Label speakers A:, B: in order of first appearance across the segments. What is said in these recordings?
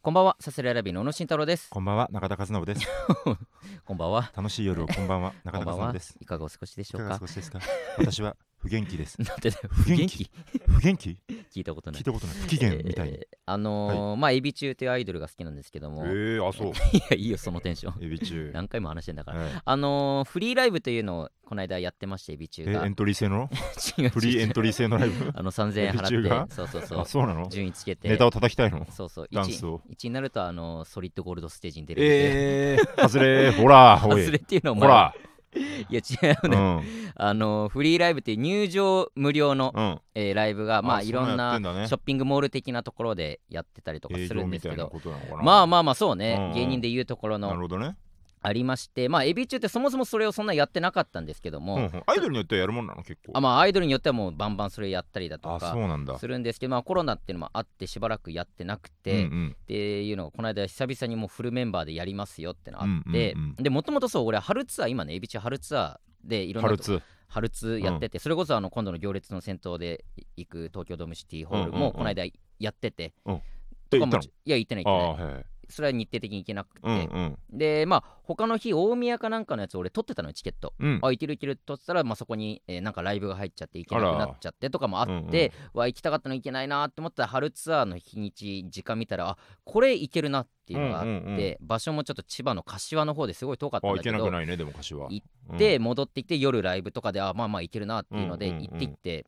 A: こんばんはサスレ選びの小野慎太郎です
B: こんばんは中田和信です
A: こんばんは
B: 楽しい夜をこんばんは中
A: こん
B: 田
A: ば
B: 和
A: んは
B: 信です
A: いかがお過ごしでし
B: い
A: ょ
B: か
A: う
B: が
A: か
B: お過ごしですか私は不元気です
A: なんてね
B: 不元気不元気
A: 聞いた ことない
B: 聞いたことない不機嫌みたいに
A: えーあのーまあエビ中というアイドルが好きなんですけども、い
B: えー あそう
A: やいいよそのテンション
B: エビ中
A: 何回も話してんだから
B: はい
A: あのーフリーライブというのをこの間やってましてエビ中
B: え
A: が
B: ーエントリー制 の
A: 違う違う
B: フリーエントリー制のライ ブ
A: あの3000円
B: エビ中
A: 払っ
B: が
A: てそうそうそ
B: あ
A: う
B: そうなの
A: 順位つけて
B: ネタを叩きたいの
A: そうそう
B: ダンスを
A: 1, になるとあのソリッドゴールドステージに出るんで、
B: えー外れほら
A: 忘
B: ほ
A: れ
B: い
A: っていうの
B: ほ
A: も
B: ら
A: いや違う
B: う
A: ね、
B: ん
A: あのフリーライブっていう入場無料の、
B: うん
A: えーライブがまあ
B: あ
A: いろん
B: そ
A: な
B: ういうのやってんだね
A: ショッピングモール的なところでやってたりとか
B: 営
A: する
B: 業
A: んで
B: み
A: す
B: た
A: け
B: いな
A: ど
B: ことなのかな
A: まあまあまあそうね、
B: うんうん
A: 芸人でいうところ
B: なる
A: の
B: ほどね
A: ありましてまあエビ中ってそもそもそれをそんなやってなかったんですけども、
B: うんうんアイドルによってはやるもんなの結構
A: あまあアイドルによってはもうバンバンそれやったりだと
B: あそ
A: か
B: うなんだ
A: するんですけどまあコロナっていうのもあってしばらくやってなくて、
B: うんうん
A: っていうのがこの間久々にもうフルメンバーでやりますよってのあって、
B: うんうんうん
A: でもともとそう俺春ツアー今ねエビ中春ツアーでいろんなと
B: ハルツ
A: 春ツやってて、それこそあの今度の行列の先頭で行く東京ドームシティホール
B: うんうんう
A: も
B: ん
A: この間やってて、
B: え
A: とか
B: 行った
A: も
B: の
A: ちいや行ってない
B: あ
A: 行って
B: あ
A: ない
B: ーはい
A: それは日程的に行けなくて、
B: うんうん
A: でまあ他の日大宮かなんかのやつ俺取ってたのよチケット、
B: うん
A: あ行ける行ける取ってたら、まあ、そこに、えーなんかライブが入っちゃって行けなくなっちゃってとかもあって
B: うんうん
A: わ行きたかったの行けないなーって思ったら春ツアーの日にち時間見たらあこれ行けるなっていうのがあって、
B: うんうんうん
A: 場所もちょっと千葉の柏の方ですごい遠かったん
B: あ
A: だ
B: い
A: け
B: け
A: ど
B: なくないねでも柏は
A: 行
B: うん
A: で戻ってきて夜ライブとかであまあまあいけるなっていうので
B: うんうんうん
A: 行ってきて、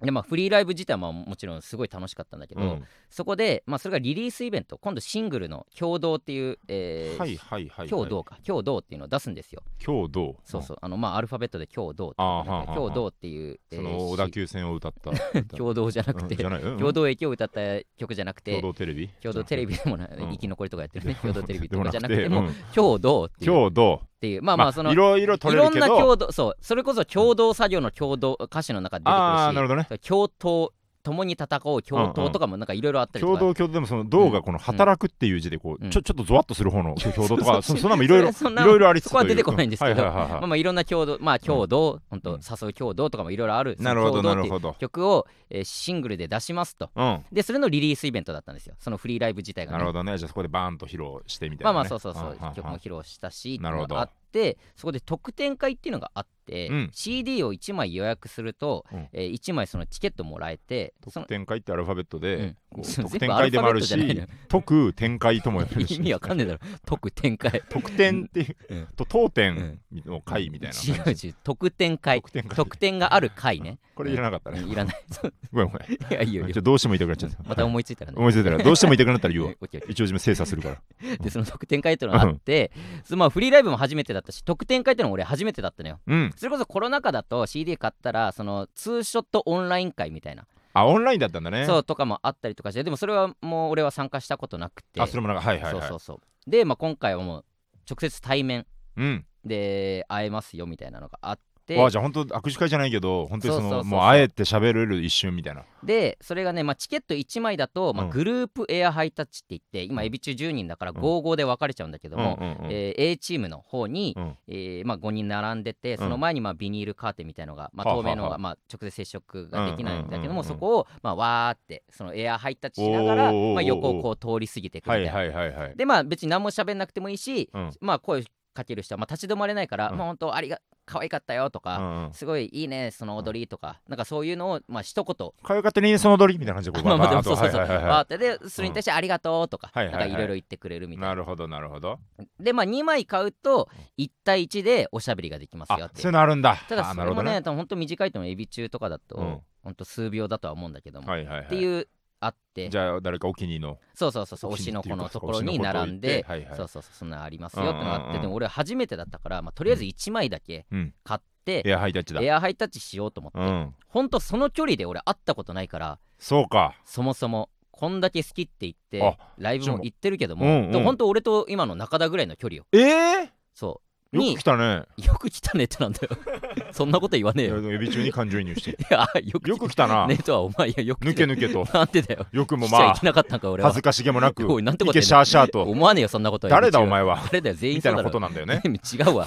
A: でまあフリーライブ自体はまあもちろんすごい楽しかったんだけど、
B: うん
A: そこで、まあ、それがリリースイベント今度シングルの「共同」っていう、えー
B: はいはいはいはい
A: 共同か共同っていうのを出すんですよ
B: 今日どう
A: そうそうあのまあアルファベットで共同って
B: あー
A: な
B: はあは
A: ん
B: あ
A: か
B: はあ
A: 共同っていう、え
B: そ
A: ー
B: の小田急線を歌 った
A: 共同じゃなくて、
B: うんじゃないうん
A: 共同駅を歌った曲じゃなくて
B: 共同テレビ
A: 共同テレビでもない、
B: うん
A: 生き残りとかやってるね 共同テレビ
B: で
A: と
B: も
A: か
B: な
A: じゃ
B: く
A: なくて
B: て
A: も
B: う
A: うん共同っていうっ
B: 共同
A: ていうまあまあその
B: いろいろ取
A: い
B: れ
A: ろ
B: る
A: ん
B: け
A: な共
B: ど
A: 同そうそれこそ共同作業の共同歌詞の中で出てくるし
B: ああなるほどね
A: 共闘共に戦おう共闘とかもなんかいろいろあったりと
B: 共
A: か、
B: 同共同でもその同がこの働くっていう字でこ
A: うん
B: うちょちょっとゾワッとする 方の共
A: そ
B: 同と
A: う
B: か
A: そう
B: そそんなのもいろいろい
A: そんな
B: ろいろありつつ
A: そこは出てこないんですけど
B: うはいはいはい
A: まあ
B: は
A: まあいろんな共同まあ共同、本当
B: うん
A: 誘う共同とかもいろいろある
B: いなるほど
A: 共
B: な
A: 同っ
B: る
A: ていう
B: ほど
A: 曲を、えーシングルで出しますと
B: うん
A: でそれのリリースイベントだったんですよそのフリーライブ自体が、ね、
B: なるほどねじゃあそこでバーンと披露してみたい
A: ま
B: な
A: あまあ
B: ね
A: そうそうそ
B: ん
A: うん
B: ん
A: 曲も披露したしってい
B: な
A: う
B: る
A: の
B: ほど
A: があってそこで特典会っていうのがあって、
B: うん
A: CD を1枚予約すると、
B: うん
A: え1枚そのチケットもらえてその
B: 特典会ってアルファベットで、
A: うん
B: こ う
A: 全部
B: 特典会でもある
A: アルファベットじゃ
B: し
A: な
B: 特展開とも呼べる し
A: 意味わかんねえだろ特典会
B: 特典っていう、
A: うん
B: と当店の会みたいな感
A: 違う
B: じ、
A: 違う特典会
B: 特典会
A: 特典がある会ね
B: これいらなかったね、
A: いらないそう
B: ごめんごめんち
A: いやいいよ
B: ょ
A: いいよ
B: っとどうしても痛くなっちゃった、
A: また思いついたらね
B: 思いついたらどうしても痛くなったら言おう
A: オッケーオッケー
B: 一応自分精査するから
A: でその特典会っていうのがあって、そのまあフリーライブも初めてだったし特典会っていうのも俺初めてだったのよ
B: うん
A: それこそコロナ禍だと CD 買ったらそのツーショットオンライン会みたいな、
B: あオンラインだったんだね
A: そうとかもあったりとかしてでもそれはもう俺は参加したことなくて
B: あそれもなんかはいはいはい
A: そうそうそうで、まあ、今回はもう直接対面
B: うん
A: で会えますよみたいなのがあって
B: わあじゃあ本当握手会じゃないけど本当にその
A: そうそうそうそう
B: もうあえて喋れる一瞬みたいな
A: でそれがね、まあ、チケット1枚だと、まあ、
B: うん
A: グループエアハイタッチって言って、今
B: うん
A: エビ中10人だから
B: うん
A: 55で分かれちゃうんだけども、
B: うんうんうん
A: えー A チームの方に、
B: うん
A: えーまあ、5人並んでて
B: ん
A: その前にまあビニールカーテンみたいのが、まあ、
B: はあ
A: 透明
B: は
A: の
B: あは
A: が、
B: あ
A: まあ、直接接触ができないんだけど
B: うんうんうんう
A: も
B: ん
A: そこを、まあ、わーってそのエアハイタッチしながら、
B: おーおーおーおー
A: まあ、横をこう通り過ぎていくみ
B: は
A: たい
B: い
A: な。
B: はいはいはい
A: でまあ別に何も喋んなくてもいいし、
B: うん
A: まあ、声かける人は、まあ、立ち止まれないから、
B: うん
A: まあ、本当ありが可愛かったよと
B: う
A: か、
B: んうん
A: すごいいいねその踊りとか、なんかそういうのを、まあ一言
B: かわいかったねその踊りみたいな感じでこ
A: まあまあで
B: バー
A: も
B: ッ
A: そうそう
B: と
A: そう。
B: はいはいはい
A: バーってでそれに対してありがとうとか、
B: はい
A: なん
B: はいは
A: かいろ
B: い
A: いろ言ってくれるみた
B: ない
A: な。
B: るほどなるほど
A: でまあ2枚買うと1対1でおしゃべりができますよ
B: あ
A: って
B: そうい
A: いうう。
B: のあるんだ
A: ただ
B: あ
A: そ
B: な
A: れ
B: るほ
A: も
B: ど
A: ね
B: ね
A: 多分本当短いと思うエビ中とかだ
B: うん
A: と本当数秒だとは思うんだけども。
B: はいはいはい
A: っていうあって
B: じゃあ誰かお気に入りの
A: そうそうそうそう
B: お
A: 推
B: 気
A: し
B: に入
A: の
B: り
A: 子のところに並ん
B: っていう
A: で
B: か。推しの子と行ってはいはい
A: そうそうそうそんなのありますよってのがあって、
B: うんうんうん
A: でも俺初めてだったから、まあ、とりあえず1枚だけ
B: うん
A: 買って、
B: エアハイタッチだ
A: エアハイタッチしようと思って、
B: うん
A: ほんとその距離で俺会ったことないから
B: そうか
A: そもそもこんだけ好きって言って
B: あ
A: ライブも行ってるけど
B: じゃあ
A: も、
B: もううんうん
A: でも本当俺と今の中田ぐらいの距離よ
B: ええ
A: そう
B: よ
A: に
B: く来たね
A: よく来たねってなんだよ そんなこと言わねえ
B: いや
A: よ
B: でもエビ中に感情移入して
A: いやよく
B: よく来たな
A: ねえとはお前いやよく
B: 抜け抜けと
A: なんでだよ
B: よくも
A: 来ちゃ
B: ま
A: いけなかったんか俺
B: あ
A: は
B: 恥ずかしげもなく
A: おいなんてこと
B: いけ
A: やね
B: シャーシャーと
A: 思わねえよそんなことは
B: 誰だ
A: 一応
B: お前は
A: 誰だよ全員そ
B: みた
A: う
B: い
A: だ
B: なこ
A: ろ
B: となんだよね
A: 違うわ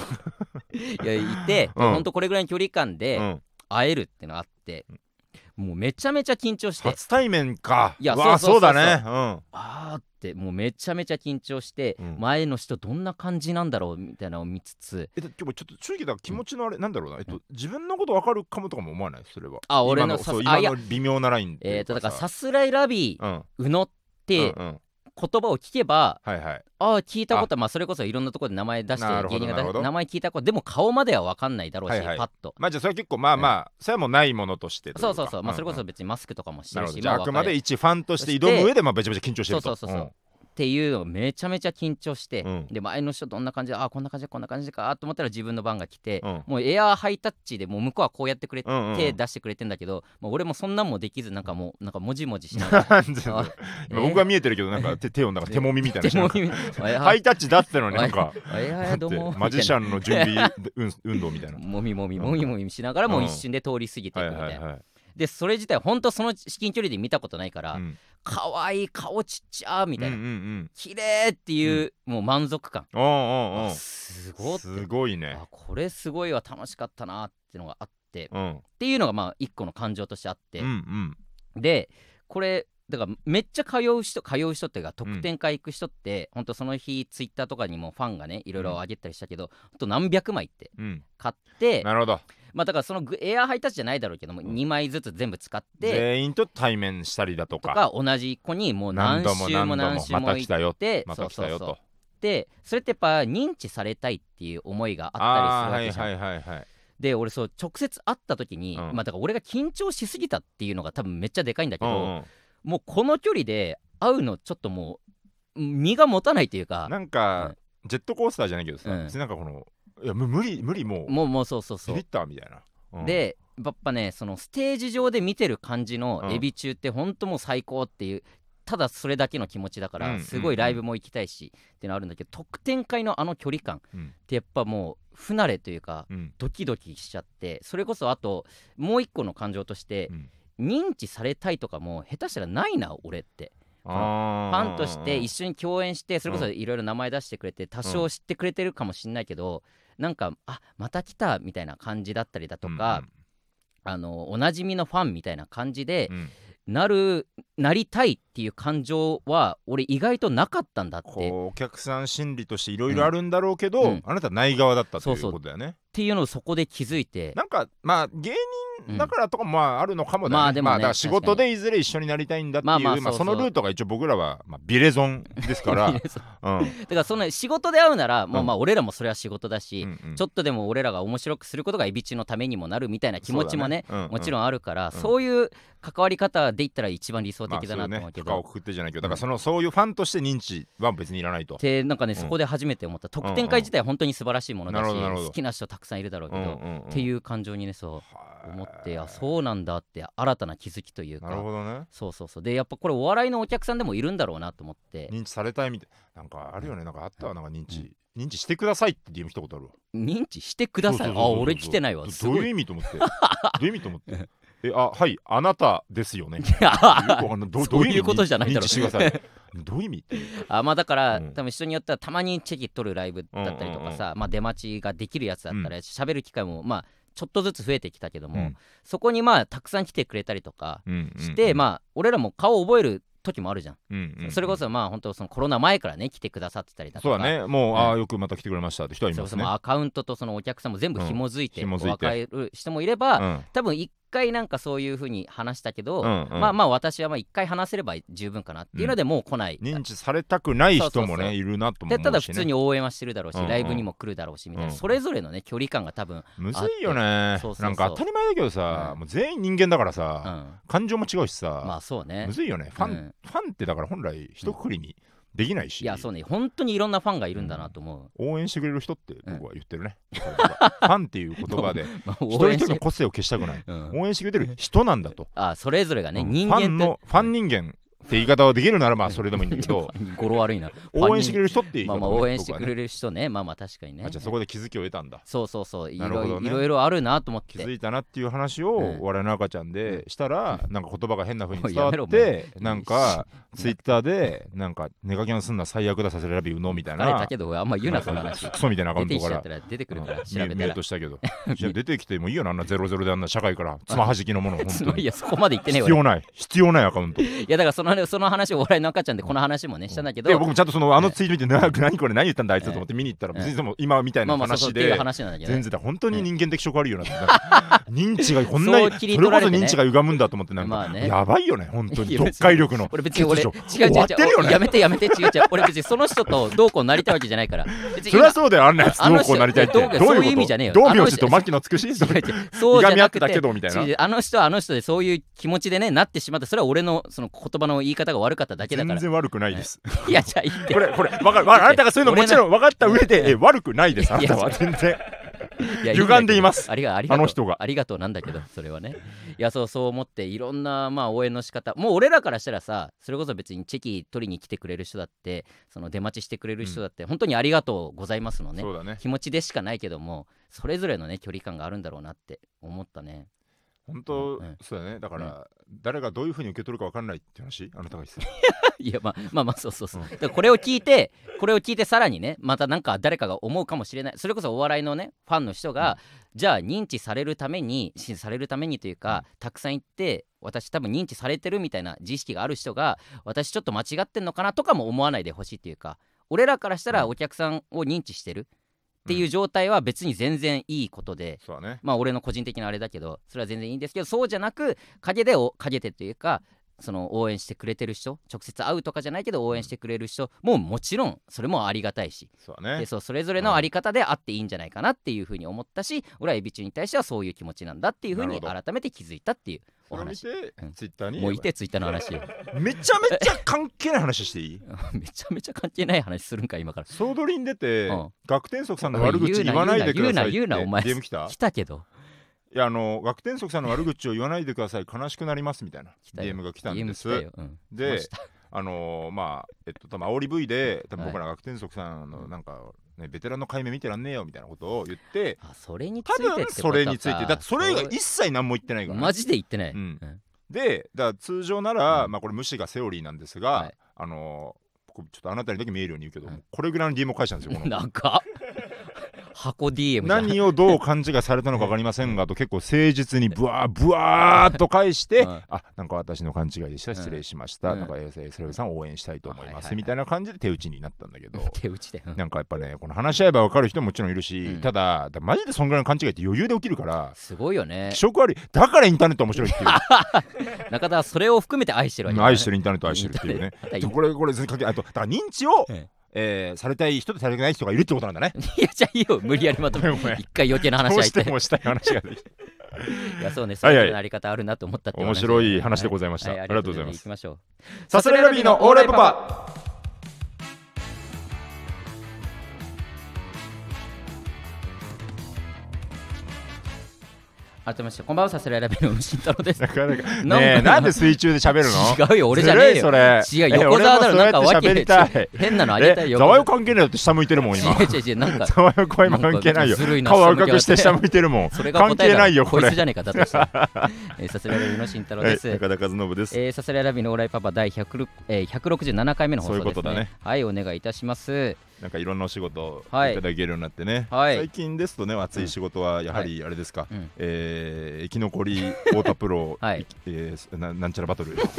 A: いやいて、
B: うん
A: ほんとこれぐらいの距離感
B: う
A: で
B: ん
A: 会えるってのあって、もうめちゃめちゃ緊張して
B: 初対面か
A: いや
B: わあ
A: そ
B: そう
A: そうそうそう
B: うだねうん
A: あーってもうめちゃめちゃ緊張して、
B: うん
A: 前の人どんな感じなんだろうみたいなのを見つつ
B: えででもちょっと正直だから気持ちのあれ、なんだろうな、えっと、自分のことわかるかもとかも思わないそれは
A: あ俺の
B: 今そ
A: さ
B: う
A: すあ
B: 今
A: いや
B: の微妙なラインってい
A: えー、
B: う
A: とだから
B: さ
A: さすらいラビー、
B: うん
A: うのっ
B: うん
A: て
B: うん
A: 言葉を聞けば、
B: はいはい
A: ああ聞いたことはまあそれこそいろんなところで名前出して
B: なるほ
A: 芸
B: ど
A: 人が
B: なるほ
A: 出
B: ど
A: 名前聞いたことでも顔までは分かんないだろうし、
B: はいはい
A: パッと
B: まあじゃあそれは結構まあまあ、それはもうないものとしてとい
A: そう
B: か
A: そうそう、まあ、
B: んん
A: それこそ別にマスクとかもして
B: な
A: る
B: るほ
A: し
B: どじゃああくまで
A: っ
B: 一ファンとして
A: そし
B: 挑
A: て
B: む上でまあめちゃめちゃ緊張してると
A: そうそうそうていうのめちゃめちゃ緊張して、
B: うん
A: で前の人どんな感じでああこんな感じでこんな感じかと思ったら自分の番が来て、
B: うん
A: もうエアーハイタッチでもう向こうはこうやってくれて
B: うんうんうん
A: 手出してくれてんだけど、まあ、俺もそんなんもできずなんかもうなんかもじもじしな がら
B: なんでだ よ
A: あ
B: 今僕が見えてるけどなんか手手をなんか手もみみたいな
A: でも
B: なんか
A: おや
B: ハイタッチだってのにな んか
A: おやおやどうも
B: マジシャンの準備 運運動みたいな。
A: もみもみもみもみしながらもう一瞬で通り過ぎてい
B: は
A: くみ
B: い
A: たいな、
B: はいはい。
A: でそれ自体ほんとその至近距離で見たことないから、
B: うん
A: かわいい顔ちっちゃーみたいな、
B: うんうん
A: 綺麗っていう、もう満足感、
B: うん。おうおうおう
A: すごっって
B: すごいね
A: あ。これすごいわ楽しかったなーってのがあって、っ
B: うん。
A: ていうのがまあ一個の感情としてあって
B: うんう、ん。
A: でこれだからめっちゃ通う人通う人っていうか特典会行く人って、ほんとその日ツイッターとかにもファンがねいろいろあげたりしたけど、ほんと何百枚って
B: うん。
A: 買って
B: なるほど。
A: まあだからそのグエアハイタッチじゃないだろうけども、
B: ん
A: 2枚ずつ全部使って
B: 全員と対面したりだと
A: と
B: か。
A: か同じ子にもう何
B: 何度も
A: 週も何
B: 何度も
A: 週
B: ま
A: も
B: た
A: 行
B: 来
A: った
B: よ。
A: て
B: また来たよと。
A: でそれってやっぱ認知されたいっていう思いがあっ
B: ああ
A: た
B: は
A: りするわ
B: い
A: けじゃん、
B: はいはいはい。
A: で俺そう直接会った時に、
B: うん
A: まあだから俺が緊張しすぎたっていうのが多分めっちゃでかいんだけ
B: う
A: ど、
B: ん
A: もうこの距離で会うのちょっともう身が持たないという
B: う
A: か
B: ん。なんかジェットコースターじゃないけどさ、
A: うん
B: 別になんかこのいやむ無理無理もう
A: もうもうそうそうそ
B: ビビ
A: う
B: ったみたいな。うん、
A: でやっぱねそのステージ上で見てる感じの
B: うん
A: エビ中ってほんともう最高っていうただそれだけの気持ちだか
B: うんう
A: ら
B: んうん
A: すごいライブも行きたいしってのあるんだけど特典会のあの距離感
B: うん
A: ってやっぱもう不慣れというか
B: うん
A: ドキドキしちゃってそれこそあともう一個の感情として
B: うん
A: 認知されたいとかも下手したらないな俺って
B: フ
A: ファンとして一
B: 緒
A: 緒に共演してそれこそ
B: うん
A: いろいろ名前出してくれて多少知ってくれてるかもしんないけどなんかあまた来たみたいな感じだったりだとか、あのおなじみのファンみたいな感じで
B: うんうん
A: なるなりたいっていう感情は俺意外となかったんだってっ
B: こうお客さん心理としていろいろあるんだろうけど、
A: うんうん
B: あなたない側だったと
A: そ
B: いう
A: そう
B: うことだよね。
A: ていうのをそこで気づいて
B: なんかまあ芸
A: うん
B: 人だからとかもまああるのかもだね。
A: まあでもね
B: だから仕事でいずれ一緒になりたいんだっていう、
A: ま
B: ま
A: あ
B: あ
A: まあそうそう
B: そのルートが一応僕らは、まあ、ビレゾンで すから、うん
A: だからその仕事で会うなら、まあまあ俺らもそれは仕事だし、ちょ
B: っと
A: っとでも俺らが面白くすることがエビチのためにもなるみたいな気持ちもねもちろ
B: ん
A: んあるから、
B: うん
A: そういう関わり方でいったら一番理想
B: まあ
A: 的だなと
B: そ
A: 思
B: う
A: う
B: ね
A: け
B: 負
A: ど、
B: 荷をくくってじゃないけどだからその、そういうファンとして認知は別にいらないと。
A: でなんかね
B: うん
A: そこで初めて思った特典会自体は本当に素晴らしいものだし、
B: なるほどなるほど
A: 好きな人たくさんいるだろうけど、っ
B: って
A: いうう感情にねそ
B: は
A: う
B: い
A: 思ってあそうなんだって新たな気づきという
B: なる
A: か
B: ほどね。
A: そうそうそうでやっぱこれお笑いのお客さんでもいるんだろうなと思って
B: 認知されたいみたいなんかあるよねなんかあったわなんか認知、認知してくださいって DM 来たことあるわ
A: 認知してください
B: そうそうそう
A: あ
B: そう
A: 俺来てないわ
B: ど
A: す
B: どう
A: ご
B: いう
A: い
B: 意味と思ってどういう意味と 思ってえあはいあなたですよねよくわかんないど
A: そういう
B: ど意味
A: ことじゃないだろ
B: 認知してくださいどういう意味っていう
A: あまあだから、
B: うん
A: 多分人によってはたまにチェキ取るライブだったりとかさ、まあ、出待ちができるやつだったら喋る機会もまあちょっとずつ増えてきたけども、
B: うん
A: そこにまあたくさん来てくれたりとか
B: うん
A: して、まあ俺らも顔を覚える時もあるじゃん、
B: うんうんうん
A: それこそまあ本当そのコロナ前からね来てくださってたりだと
B: そう
A: か
B: だねもう、
A: うん
B: ああよくまた来てくれましたって人はい
A: そ
B: ま
A: う
B: す
A: そ
B: ね
A: うアカウントとそのお客さんも全部紐づいて
B: うん
A: こ
B: 紐
A: う
B: づい
A: 分
B: て
A: かる人もいれば、
B: うん
A: 多分一回なんかそういうふうに話したけど、
B: うんうん
A: まあまあ私はまあ一回話せれば十分かなっていうのでもう来ない、
B: 認知されたくない人
A: そう
B: も
A: そうそう
B: ねいるなとも
A: で
B: 思うし、ね、
A: ただ普通に応援はしてるだろうし、
B: うんうん
A: ライブにも来るだろうしみたいな、
B: うん
A: それぞれのね距離感が多分、
B: むずいよね
A: そうそうそう
B: なんか当たり前だけどさ、
A: うん
B: もう全員人間だか
A: う
B: ら
A: ん、
B: さ、
A: ま
B: 感情も違うしさ、
A: あそうね
B: むずいよねファン、
A: うん
B: ファンってだから本来一括りにできないし、
A: いやそうね本当にいろんなファンがいるんだなと思う、
B: 応援してくれる人って僕は言ってるね、僕はファンっていう言 葉で
A: まあ
B: 一
A: 応
B: 人
A: 援し
B: 一人
A: て
B: の個性を消したくない
A: うん
B: 応援してくれてる人なんだと、
A: あそれぞれがね、
B: うん
A: 人
B: フ
A: 間
B: ァン
A: と
B: のファン人間
A: フ
B: って言い方はできるならまあそれでもいいんだけ ど
A: 語呂悪いな。
B: 応援してくれる人っていう言い
A: まあ
B: 方
A: まあ
B: もね
A: 応援してくれ
B: 僕はね
A: る人ね。まあまあ確かにね。
B: あじゃあそこで気づきを得たんだ
A: そうそうそう。い
B: なるほ
A: ろい
B: ど
A: ろ
B: ね
A: いろいろあるなと思っ
B: 気
A: て
B: づ。いたなっていう話を
A: うん
B: 我々の赤ちゃんでしたらなんか言葉が変な風
A: お
B: に
A: い
B: 伝わ
A: やめろ
B: っ
A: お前
B: てなんかツイッターでなんか寝かけのすんな最悪ださせられるのみたい
A: あれ
B: な
A: だけど、あんま言うな、その話。
B: クソみたいなアカウ
A: 出
B: ン
A: て
B: ト
A: き
B: か
A: ちゃっ
B: ら
A: たら出てくるから、調
B: ミュ
A: べ
B: ミ
A: た
B: ュー
A: ら
B: ト。したけ どいや出てきてもいいよなあんなゼロゼロであんな社会からつまはじきのものを本
A: つ
B: 当
A: まりい
B: に
A: や、そこまで言ってねえ
B: 必
A: 俺。い
B: 要ない必要ないアカウントい
A: や、だからそのその話をお笑いの赤ちゃんでこの話もね、したんだけど、
B: や僕もちゃんとそのあのツイート見てな何これ何言ったんだあいつと思って見に行ったら
A: うん
B: 別にでも今みたい
A: まあ
B: な
A: まあそうそう
B: 話
A: っていう
B: で
A: 話なんだけどね、
B: 全然だ本当に人間的色あるよなってな んか認知がこんなに
A: そう
B: そ
A: 切
B: れ
A: り
B: こ
A: 取られ
B: そ
A: てね
B: 認知が歪むんだと思ってなん
A: まあ
B: か
A: ね
B: やばいよね本当
A: い
B: に
A: や別に
B: 読解力の
A: 俺別に俺違う
B: 欠
A: 違う違
B: 如終わってるよ
A: う、や
B: ね
A: めてやめて違う違う俺別にその人とどうこうなりたいわけじゃないから別に
B: そりゃそうだよあんなやつ
A: あの
B: どうこ
A: 人
B: うなりたいって
A: ど
B: ど
A: う
B: う
A: こうそういう
B: い
A: 意
B: う
A: 味
B: こ
A: じゃ
B: と
A: ねえよ
B: 道明
A: あの
B: 寺
A: 人
B: と牧野つくし
A: 違う違うそうじゃなくて
B: いがみ合ってたけどみたいな
A: 違う違うあの人はあの人でそういう気持ちでねなってしまったそれは俺のその言葉の言い方が悪かっただけだか
B: 全
A: ら
B: 然悪くないです
A: いやじゃあ言って
B: これこれわかるわかるあなたがそういうのもちろん分かった上でえ悪くないですあなたは全然
A: や
B: 歪んでいます
A: だけどありがありがとう
B: あの人が
A: ありがとうなんだけどそれはねいやそうそう思っていろんなまあ応援の仕方もう俺らからしたらさそれこそ別にチェキ取りに来てくれる人だってその出待ちしてくれる人だって、本当にありがとうございますのね
B: そうだね
A: 気持ちでしかないけどもそれぞれのね距離感があるんだろうなって思ったね
B: 本当
A: うん
B: そうだねだから誰がどういうふうに受け取るか分かんないって話あなたが言ってた
A: いやまあまあまあそうそうそう、
B: うん
A: だからこれを聞いてこれを聞いてさらにねまたなんか誰かが思うかもしれないそれこそお笑いのねファンの人が、じゃあ認知されるためにしされるためにというか、たくさん行って私多分認知されてるみたいな自意識がある人が私ちょっと間違ってんのかなとかも思わないでほしいっていうか俺らからしたら
B: うん
A: お客さんを認知してるっていう状態は別に全然いいことで、
B: そうだね
A: まあ俺の個人的なあれだけどそれは全然いいんですけどそうじゃなく陰でお陰でというかその応援してくれてる人直接会うとかじゃないけど応援してくれる人ももちろんそれもありがたいし
B: そうだ
A: で
B: ね
A: そうそれぞれのあり方であっていいんじゃないかなっていうふうに思ったし俺はエビ中に対してはそういう気持ちなんだっていうふう
B: な
A: に
B: るほ
A: 改めて気づいたっていうお
B: それを見
A: 話
B: て
A: うん
B: ツイッターに
A: もういてツイッターの話め
B: めちゃめちゃ関係ない話していい
A: ちゃ めちゃ関係ない話するんか今から
B: 総取りに出て
A: うん
B: 学天則さんの悪
A: おい
B: 口言わないでくださいって
A: 言うな言うな言うなお前
B: DM 来た
A: 来たけど
B: いやあの学天則さんの悪口を言わないでください悲しくなりますみたいな
A: 来たよ
B: DM が来たんで
A: DM
B: す
A: 来たよ、うん、
B: で
A: どうした
B: あのーまあえっと多分煽り V で多分僕ら学天則さんのなんか、ね、ベテランの解明見てらんねえよみたいなことを言って
A: あそれについ
B: 多
A: てって
B: 分
A: ことか
B: それについてだってそれ以外一切何も言ってないからね、
A: マジで言ってない、
B: うん
A: うん
B: でだから通常なら、
A: うん
B: まあこれ無視がセオリーなんですが、
A: はい
B: あのー僕ちょっとあなたにだけ見えるように言うけど、
A: はい
B: これぐらいの DM を返したんですよこの
A: なんか箱 DM じゃん
B: 何をどう勘違いされたのか分かりませんが と結構誠実にブワーブワーっと返 して、
A: うん
B: あなんか私の勘違いでした失礼しました、
A: うん
B: なんかえーセレブさんを応援したいと思
A: は
B: い
A: いは
B: ま
A: い
B: す、
A: はい
B: みたいな感じで手打ちになったんだけど
A: 手打ちで、うん
B: なんかやっぱねこの話し合えば分かる人ももちろんいるし、
A: うん
B: ただだマジでそんぐらいの勘違いって余裕で起きるから
A: すごいよね
B: 気色悪いだからインターネットは面白い っていう
A: 中田はそれを含めて愛してるわけだね
B: 愛してるインターネットを愛してるっていうね
A: インターネット
B: でこれこれ全然関係ないあとだから認知を、
A: ええ
B: えーされたい人とされてない人がいるってことなんだ ね
A: いやじゃあいいよ無理やりまとめ
B: ごめんごめん
A: 一回余計な話
B: どう
A: 入っ
B: して
A: て
B: もしたい話ができた
A: いやそうねそ
B: は
A: う
B: いはい
A: いうなり方あるなと思ったって
B: 面白い話でございま
A: ま
B: した、ありがとうございます
A: 行きましょう
B: サスレラビーのオーライパパ
A: 改めましてこんばんはさすらいラビーの虫太郎 です
B: なかなか
A: なんか
B: ねえなんで水中で喋るの
A: 違うよ俺じゃねえよ
B: ずるいそれ
A: 違う横澤だろ
B: え俺も
A: なんか
B: そうや
A: わ
B: って喋
A: け
B: りたい
A: 変なのあげた
B: え
A: い
B: ざ
A: よ
B: わよ関係ないよって下向いてるもん 今
A: 違う違う違うなんか
B: ざわよこは今関係ないよ
A: ずるいな
B: 顔赤くして下向いてるもん
A: それが答え
B: 関
A: だろ
B: 係ないよこ
A: こいつ
B: れ
A: じゃねえかだ としたらえーさすらいラビーの慎太郎
B: はい
A: です、
B: 中田和信です
A: えー、サスライラビーのオーライパパ第106、えー、167回目の放送です、ね、
B: そういうことだね
A: はいお願いいたします
B: なんかいろんなお仕事をい
A: はい
B: ただけるようになってね、
A: はい
B: 最近ですとね熱い仕事はやはりあれですか、
A: うん
B: えー生き残り太田プロ、
A: はい
B: えーななんちゃらバトル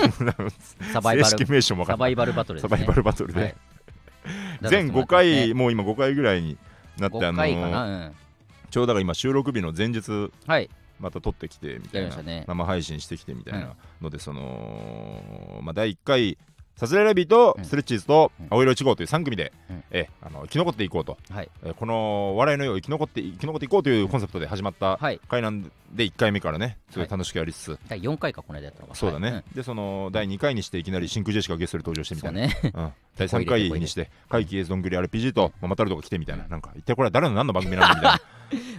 A: サバイバ
B: 正
A: ル
B: 式名称も分か
A: サ
B: んな
A: バ
B: い
A: イバルバトルです
B: サ
A: ね
B: バイバルバトルで、
A: はい
B: 全5回、もう今5回ぐらいになってあ
A: 5
B: の
A: 回かな、うん、
B: ちょうどだから今収録日の前日
A: はい
B: また撮ってきてみた
A: やり
B: い
A: まし
B: な
A: たね
B: 生配信してきてみたいうなのでその、まあ、第1回サスレラビーと
A: うん
B: ストレッチーズと
A: うん
B: 青色1号という3組で、
A: うん
B: えあの生き残っていこうと、
A: はい
B: えこの笑いの世を生き残って生き残っていこうというコンセプトで始まった
A: はい
B: 回なんで1回目からねすごい楽しくやりつつ、
A: 第4回かこの間やったのが
B: そうだね、
A: はいん
B: でその第2回にしていきなり真空ジェシカがゲストで登場してみ
A: そう
B: たいな、
A: ね
B: うん、第3回にして怪奇エゾングリ RPG とママタルトが来てみたいな、なんか一体これは誰の何の番組なんだみたいな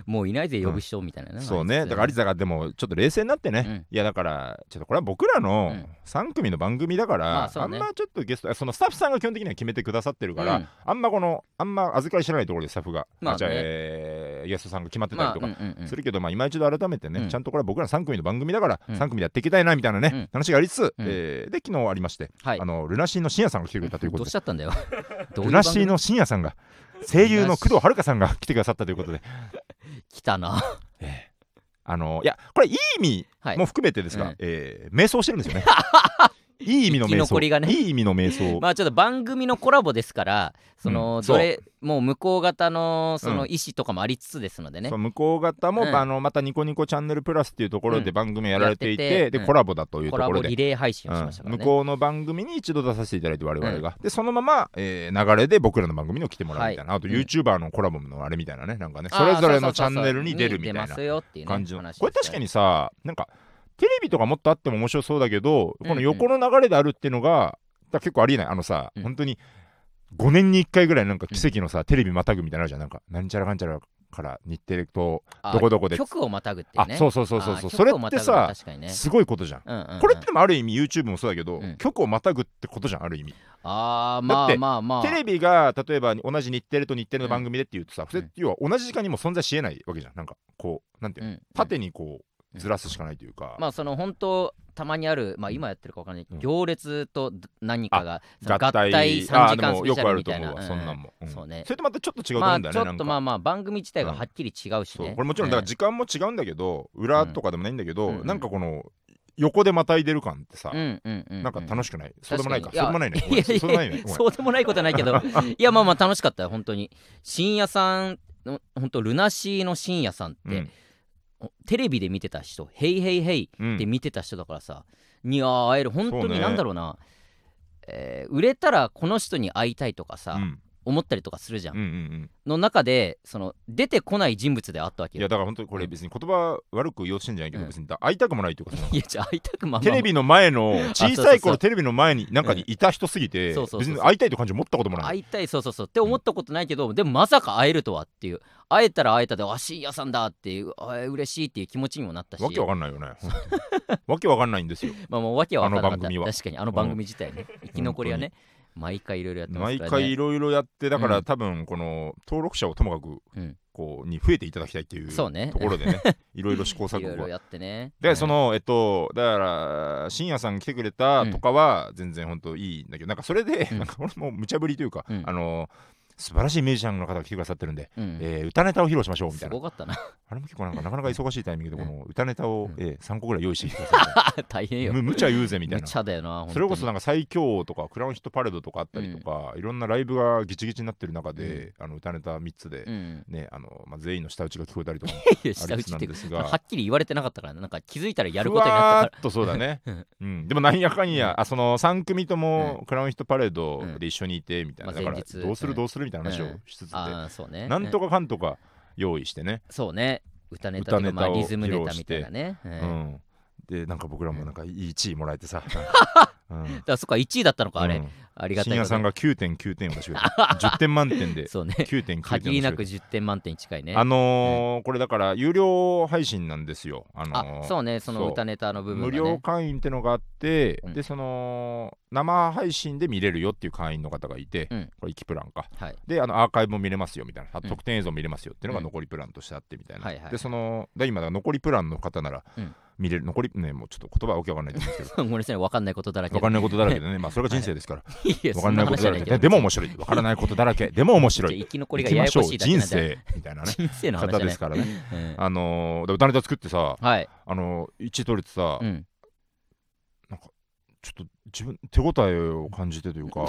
A: もういないぜ呼ぶ人みたいなね、
B: そうね、だから有
A: ざ
B: 田がでもちょっと冷静になってね、
A: うん
B: いやだからちょっとこれは僕らの
A: うん
B: 3組の番組だから、
A: まあ
B: あ
A: そうんね
B: まちょっとゲストそのスタッフさんが基本的には決めてくださってるから、
A: うん
B: あんまこのあんま預かり知らないところでスタッフが、
A: まあね
B: じゃあ、えーゲストさんが決まってたり
A: まあ
B: と
A: う
B: か
A: んうんうん
B: するけど、まあ、今一度改めてね、
A: うん
B: ちゃんとこれは僕ら3組の番組だから、
A: うん
B: 3組でやっていきたいなみたいなね、
A: うん
B: 話がありつつ、
A: うん
B: えーで昨日ありまして、
A: はい
B: あのルナシーの深夜さんが来てくれたというこ
A: ど
B: と
A: う
B: で
A: しちゃったんだよどうい
B: ル
A: う
B: ナ
A: 番
B: シ
A: 組
B: ーの深夜さんが声優の工藤遥さんが来てくださったということで
A: 来たな
B: あのいやこれいい意味
A: はい
B: も含めてです
A: う
B: が、
A: ん
B: えー瞑想してるんですよねいい意味の
A: 生き
B: 瞑
A: 残
B: 想
A: りがね
B: いい意味の瞑想、
A: まあちょっと番組のコラボですからその、
B: うん
A: どれもう向こう型のそうの
B: ん
A: 意思とかもありつつですのでね、
B: そう向こう方も、
A: うん
B: あのまたニコニコチャンネルプラスっていうところ
A: う
B: で
A: ん
B: 番組やられていて,、
A: やってて
B: で
A: うん
B: コラボだという
A: コ
B: と
A: ラ
B: こ
A: ボ
B: ろで
A: リレー配信をしましたか
B: うん
A: ら
B: 向
A: ね、
B: こうの番組に一度出させていただいて我々が、でそのまま、えー流れで僕らの番組にも来てもらうみたいな、あと
A: うん
B: YouTuber のコラボのあれみたいなねなんかね
A: あー
B: それぞれ
A: そうそうそうそう
B: のチャンネルに出るみたいな
A: 出ますよっていうね
B: 感じの、
A: 話です
B: こ
A: ね
B: れ確かにさなんかテレビとかもっとあっても面白そうだけど、
A: うん
B: この横の流れであるっていうのがだから結構ありえないあのさ、
A: うん
B: 本当に5年に1回ぐらいなんか奇跡のさ、テレビまたぐみたいなのあるじゃんなんか何ちゃらかんちゃらから日テレと
A: あー
B: どこどこで
A: 曲をまたぐってい
B: あ
A: うね
B: そううそうそうそうそうそ
A: 曲
B: れ
A: をま
B: ったて
A: ぐのは
B: さ、
A: 確かにね、
B: すごいことじゃん
A: うんうんうん
B: これってでもある意味 YouTube もそうだけど、
A: うん
B: 曲をまたぐってことじゃんある意味、
A: あーま
B: だっ
A: あ
B: て
A: まあまあ
B: テレビが例えば同じ日テレと日テレの番組でっていうとさ、それ
A: うん
B: 要は同じ時間にも存在しえないわけじゃんなんかこうなんていうの、
A: うん
B: 縦にこうずらすしかないというか、
A: まあその本当たまにあるまあ今やってるかわかんない、
B: うん
A: 行列と何かがその
B: 合体
A: 3時
B: あ
A: 間ス
B: でも
A: ペ
B: よ
A: シ
B: く
A: ャル
B: ある
A: み
B: と
A: たい
B: 思
A: な
B: うわ、そんなん
A: ん
B: も、うん
A: そうね
B: それとまたちょっと違うと
A: ま
B: 思う
A: あ
B: んだよ
A: ち
B: ね、
A: ょ
B: なん
A: っと
B: か
A: まあまあ番組自体がはっきり違うし
B: そう
A: ね、
B: これもちろんだから時間も違うんだけど、裏とかでもないんだけど、
A: うん
B: なんかこの横でまたいでる感ってさ、
A: うんうんうんうん、
B: なんか楽
A: し
B: しくない、そうでもないか
A: い
B: そう
A: や
B: でもないねご
A: い
B: め
A: や
B: んそうでもないねごめん
A: そうでもないことはない けどいやまあまあ楽しかったよ本当に深夜さんの本当ルナシーの深夜さんって、おテレビで見てた人「ヘイヘイヘイ」
B: うんうん
A: って見てた人だからさ、にあー会える本当
B: そう
A: に
B: ね
A: なんだろうなえー売れたらこの人に会いたいとかさ、
B: うん
A: 思ったりとかするじゃん、
B: うんうんうん
A: の中でその出てこない人物であったわけ
B: い
A: よ
B: やだから本当にこれ別に言葉悪く言おうとしてんじゃないけど、別にだ会いたくもないというかその
A: いやじゃあ会いたくまんま
B: テレビの前の小さ
A: あ
B: い頃
A: そうそうそう
B: テレビの前に中にいた人すぎ
A: う
B: て
A: んそうそうそう
B: 別に会いたいという感じを持ったこともない
A: 会いたいそうそうそうって思ったことないけど、でもまさか会えるとはっていう会えたら会えたであ深夜さんだっていうあー嬉しいっていう気持ちにもなったし
B: わけわかんないよね 本当にわけわかんないんですよ
A: まあもうわけは分からなかった
B: あの番組は
A: 確かにあの番組自体ね、生き残りはね毎回いろいろやってます
B: 毎
A: からね
B: 回いろいろやってだか
A: う
B: ら
A: ん
B: 多分この登録者をともかく
A: うん
B: こうに増えていただきたいっていう
A: そうね
B: ところ でねいろいろ試行錯
A: いろい
B: 誤
A: ろ
B: が
A: やってね
B: でそ、のえっとだから深夜さん来てくれたとかは全然本当いいんだけどなんかそれで
A: うん
B: なんか俺も無茶ぶりというか
A: うん
B: あの素晴らしいミュージシャンの方が来てくださってるんで
A: うん
B: えー歌ネタを披露しましょうみた
A: す
B: いな
A: ごか ったな
B: あれも結構なんかなかなか忙しいタイミングで
A: う
B: こ
A: ん
B: の歌ネタを
A: うん
B: えー3個ぐらい用意してきてくださって
A: 大変よ
B: む無茶言うぜみた
A: 無
B: いな
A: 茶だよな
B: それこそ
A: 本
B: なんか最強王とかクラウンヒットパレードとかあったりとか、いろんなライブがギチギチになってる中で、あの歌ネタ3つで、
A: 当にうん
B: ねあのまあ、全員の舌打ちが聞こえたりとか
A: いや
B: あ
A: 下打
B: りつつ
A: ち
B: な
A: っ
B: ん
A: て
B: ですが
A: はっきり言われてなかったからねなんか気づいたらやることになった
B: ふわーっとそうだね、
A: うん
B: うん、でもなんやかんや、あその3組ともクラウンヒットパレード
A: うん
B: で一緒にいてみたいな、
A: まあ
B: だから
A: 前日
B: どうす
A: う
B: る
A: ん
B: どうするみたいな話を
A: うん
B: しつつで、
A: からああーそうね
B: なんとかかんとか用意してね、
A: そうね歌ネタと
B: 歌
A: か、
B: ネタ
A: まあ、
B: を
A: リズムネタみたいなね、うん
B: う
A: だか
B: ん、でなんか僕らもなんかいい地位もらえて さ、うん
A: らそっか1位だったのかあれ、
B: うん
A: ありがたい
B: 深夜さん
A: が
B: が9.9点を出してくれた10点満点で
A: そうね
B: 9.9点を出してくれた
A: 限りなく10点満点に近いね
B: あのーこれだから有料配信なんですよ。あのー
A: あそうねそ
B: そ
A: の
B: う
A: 歌ネタの部分が、
B: 無
A: ね、
B: 料会員ってのがあって、
A: うん
B: でその生配信で見れるよっていう会員の方がいて、
A: うん
B: これ1プランか
A: はい
B: であのアーカイブも見れますよみたいな、あ
A: うん
B: 特典映像も見れますよっていうの
A: う
B: が
A: ん
B: 残りプランとしてあってみたいな、
A: はいはいはい
B: でそので今だから残りプランの方なら
A: うん
B: 見れる、残りねもうちょっと言葉はわけわかんないと思うん ですけど
A: ごめんなさい分かんないことだらけ
B: わかんないことだらけでねまあそれが人生ですから、
A: いや
B: わ
A: そ
B: かん
A: ん
B: な
A: ない
B: こと
A: 話じゃ
B: だら
A: ない
B: け
A: け
B: で
A: ど
B: でも面白いわからないことだらけでも面白
A: じゃあ
B: い
A: 生き残り
B: 行
A: が
B: き
A: や
B: ま
A: や
B: しょ
A: こ
B: う
A: しいだけ
B: 人
A: なんだよ
B: 生みたいなね
A: 人生の話
B: 方
A: だね
B: ですからね
A: うん
B: あのー、で歌ネタ作ってさ、
A: はい、
B: あのー、1位取れてさ、
A: うん、
B: ちょっと自分手応えを感じてという か、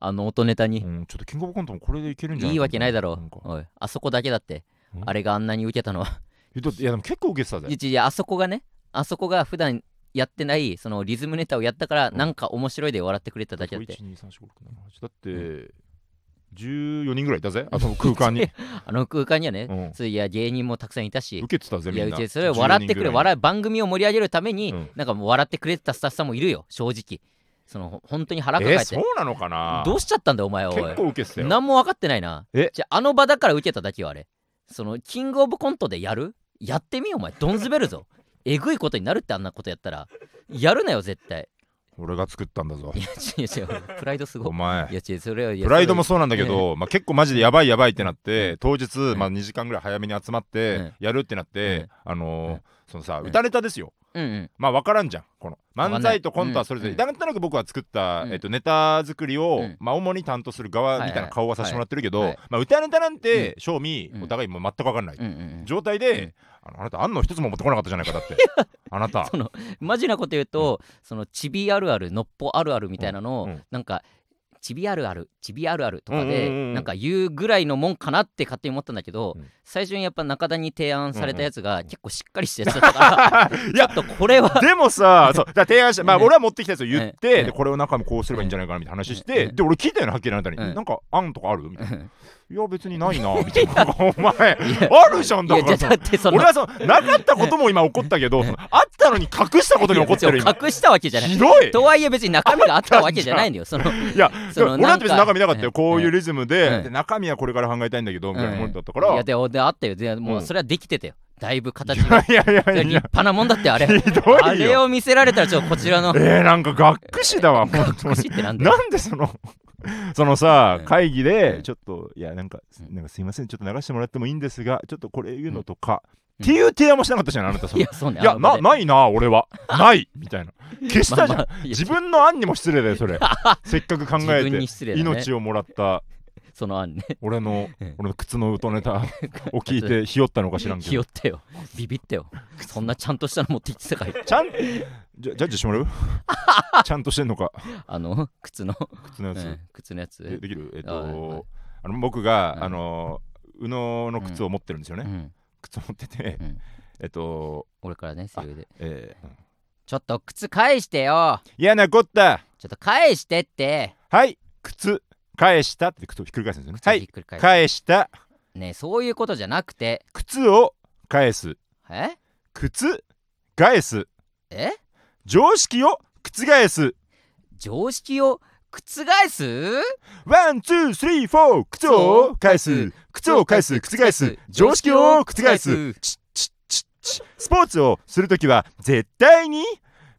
A: あの音ネタに
B: うん、ちょっとキングオブコントもこれでいけるんじゃない
A: いいわけないだろ
B: なん
A: う
B: か
A: おいあそこだけだって
B: ん
A: あれがあんなに受けたのは
B: えだっていやでも結構受けてたぜ
A: いやいやあそこがねあそこが普段やってないそのリズムネタをやったから
B: うん
A: なんか面白いで笑ってくれただけだって
B: 1 2 3 4 5 6 7 8だって、14人ぐらいいたぜあの空 間に、
A: あの空間にはね
B: うん
A: そういや芸人もたくさんいたし
B: 受けてたぜ
A: い
B: み
A: や
B: ん
A: う
B: な
A: ちそれ笑ってくれ笑
B: う
A: う番組を盛り上げるために
B: うん
A: なんかもう笑ってくれてたスタッフさんもいるよ正直そのほ本当に腹
B: え
A: 抱え
B: ー
A: て
B: そうなのかな
A: どうしちゃったんだよお前はおい
B: 結構受けてたよ
A: 何も分かってないな
B: え
A: じゃああの場だから受けただけよあれそのキングオブコントでやるやってみよお前ドンズベルぞ えぐいことになるってあんなことやったらやるなよ絶対
B: 俺が作ったんだぞ
A: いや違う違うプライドすご
B: お
A: い
B: 前
A: いや違うそれはいや
B: プライドも
A: そ
B: そうなんだけど、まあ、結構マジでやばいやばいってなって、当日、
A: ん
B: まあ、2時間ぐらい早めに集まっ
A: う
B: て
A: ん
B: やるってなって、あの
A: う
B: ー
A: ん
B: そのさ、
A: うん
B: 歌ネタですよ
A: れはうんうん
B: まあ分からんじゃんこの
A: わか
B: 漫
A: んない
B: 才とコントはそれぞれ、
A: うん
B: なんとなく僕は作った、
A: うん
B: えっと、ネタ作りを、
A: うん
B: まあ、主に担当す
A: は
B: る
A: い
B: 側
A: はい
B: みたいな顔はさせてもらってるけど、
A: はい
B: まあ、歌ネタなん
A: う
B: て正味、
A: うん
B: お互いもう全く分かんない、
A: うんうん
B: 状態で、
A: うん
B: あのあなたあんの一つも持ってこなかったじゃないかだってあなた
A: そのマジなこと言うと、そのちびあるあるのっぽあるあるみたいなのを、
B: うんうん
A: なんかちびあるあるちびあるあるとかで、
B: うんうんうんうん
A: なんか言うぐらいのもんかなって勝手に思ったんだけど、
B: うん
A: 最初にやっぱ中田に提案されたやつが結構しっかりしたやつだったから、
B: いや
A: ちょっとこれ は
B: でもさ、そうだから提案して、まあ、
A: ね
B: 俺は持ってきたやつを言っ
A: ねね
B: て、でこれを中身こうすればいいんじゃないかなみたいな話し
A: ね
B: て、で、俺聞いたよね、はっきりあなたに。
A: うん
B: なんか、案とかあるみたいな。
A: うん
B: いや、別にないな、みたい な。 お前、
A: いや
B: あるじゃん
A: い
B: だ
A: や
B: か
A: じゃ
B: ら
A: あだってその
B: 俺はその、なかったことも今怒ったけど、そのあったのに隠したことに怒ってる、
A: いや
B: 今。
A: 別に隠したわけじゃない
B: ひどい
A: とはいえ別に中身があったわけじゃないんだよその
B: いや、い
A: そ
B: や
A: の
B: 俺だって別に中身なか
A: な
B: った
A: んか
B: よ。こういうリズム
A: うん
B: で、で中身はこれから考えたいんだけど、みたいなもんだったから。
A: いや
B: い
A: でであったよでもううんそれはできてたよだいぶ形が
B: や いやいや
A: 立
B: いや、
A: 派なもんだってあれ
B: ひど
A: あ
B: い
A: れ
B: よ。
A: を見せられたらちょっとこちらの
B: えー、なんか、がっくしだわ、本当に。
A: 口ってなんだよ
B: なんでその そのさ、
A: うん
B: 会議
A: う
B: で
A: ん
B: ちょっといやなんかす
A: うん
B: なんかすいませんちょっと流してもらってもいいんですがちょっとこれ言うのとか、
A: うん
B: っていう提案もしなかったじゃんあなたそ
A: い
B: のい
A: やそうねあ
B: や
A: の場
B: な
A: で
B: ないな俺は ないみたいな消したじゃん、
A: まあまあいや
B: 自分の案にも失礼だよそ れせっかく考え
A: 自分
B: て
A: に失礼だね
B: 命をもらった
A: その 案ね
B: 俺の
A: うん
B: 俺の靴の音ネ タを聞いてひよったのか知らんけ
A: ひよ
B: ど
A: ったよビビったよそんなちゃんとしたの持って行ってたか い
B: ちゃんじゃジャッジしても らうちゃんとしてんのか
A: あの靴の
B: 靴のやつ、
A: うん靴のやつ
B: えできるえっ
A: あはいはい
B: とあの僕が、
A: うん
B: あの宇野の靴を持ってるんですよね、
A: うん
B: 靴持ってて、
A: うん
B: えっと、
A: 俺からねセリフで
B: えーうん
A: ちょっと靴返してよ
B: 嫌なこった
A: ちょっと返してって
B: はい靴返したって靴をひっくり返すんですよね
A: 靴
B: は
A: ひっ
B: い
A: くり返す
B: 返した
A: ねえそういうことじゃなくて
B: 靴を返す
A: え
B: 靴返す
A: え
B: 常識を覆す
A: 常識を覆す
B: ワンツースリーフォー靴を返す靴を返す覆す常識を覆すチッチッチッチッスポーツをするときは絶対に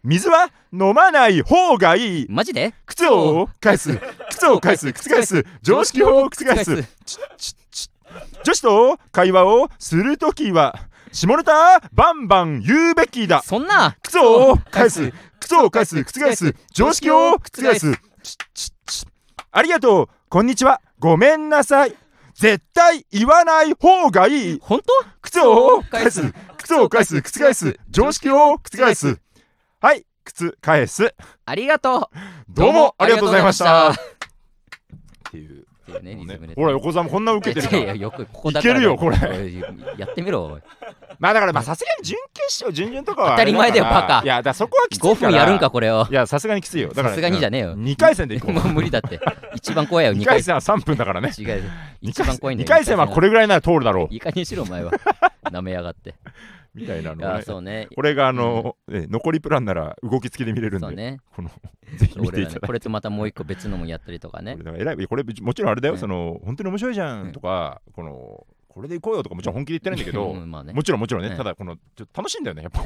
B: 水は飲まない方がいい
A: マジで
B: 靴を返す靴を返す覆す常識を覆すチッチッ女子と会話をするときは下ネタバンバン言うべきだ
A: そんな
B: 靴を返す靴を返す覆す常識を覆すチッチッチッありがとうこんにちはごめんなさい絶対言わない方がいい
A: 本
B: 靴を返す靴を返す覆す常識を覆すはい靴返す
A: 当ありがとう
B: どうもありがとうございました
A: あ
B: っ
A: りがとうございましたっ
B: ていう
A: ていうねリズムで
B: ほら横澤もこんな受けてる
A: いやいやよくここだ
B: いけるよこれ
A: おいやってみろおい
B: まあだからまあさすがに準決勝準々とかは
A: 当たり前だよ
B: あれかな
A: バカ
B: いやだからそこはきついから
A: 5分やるんかこれを
B: いやさすがにきついよだから
A: さすがにじゃねえよ
B: 2回戦でいこう
A: もう無理だって一番怖いよ
B: 2
A: 2
B: 回
A: 回
B: 戦は3分だからね
A: 戦違う一番怖いんだ
B: 2
A: よ
B: 回戦はこれぐらいなら通るだろう
A: いい加減にしろお前は舐めやが って
B: みたいなの
A: い
B: が
A: や
B: ね
A: そうね
B: これがあのえ残りプランなら動きつきで見れるん
A: そう
B: で
A: ね
B: この ぜひ見て
A: 俺
B: い
A: らね
B: ただ
A: これとまたもう一個別のもやったりとかね
B: いてこれ偉いこれもちろんあれだよ
A: ね
B: その本当に面白いじゃ
A: うん
B: んとかこのこれでいこうよとかもちろん本気で言ってないんだけど
A: うんまあ ね
B: もちろんもちろん
A: ね
B: ねただこのちょっと楽しいんだよね やっぱ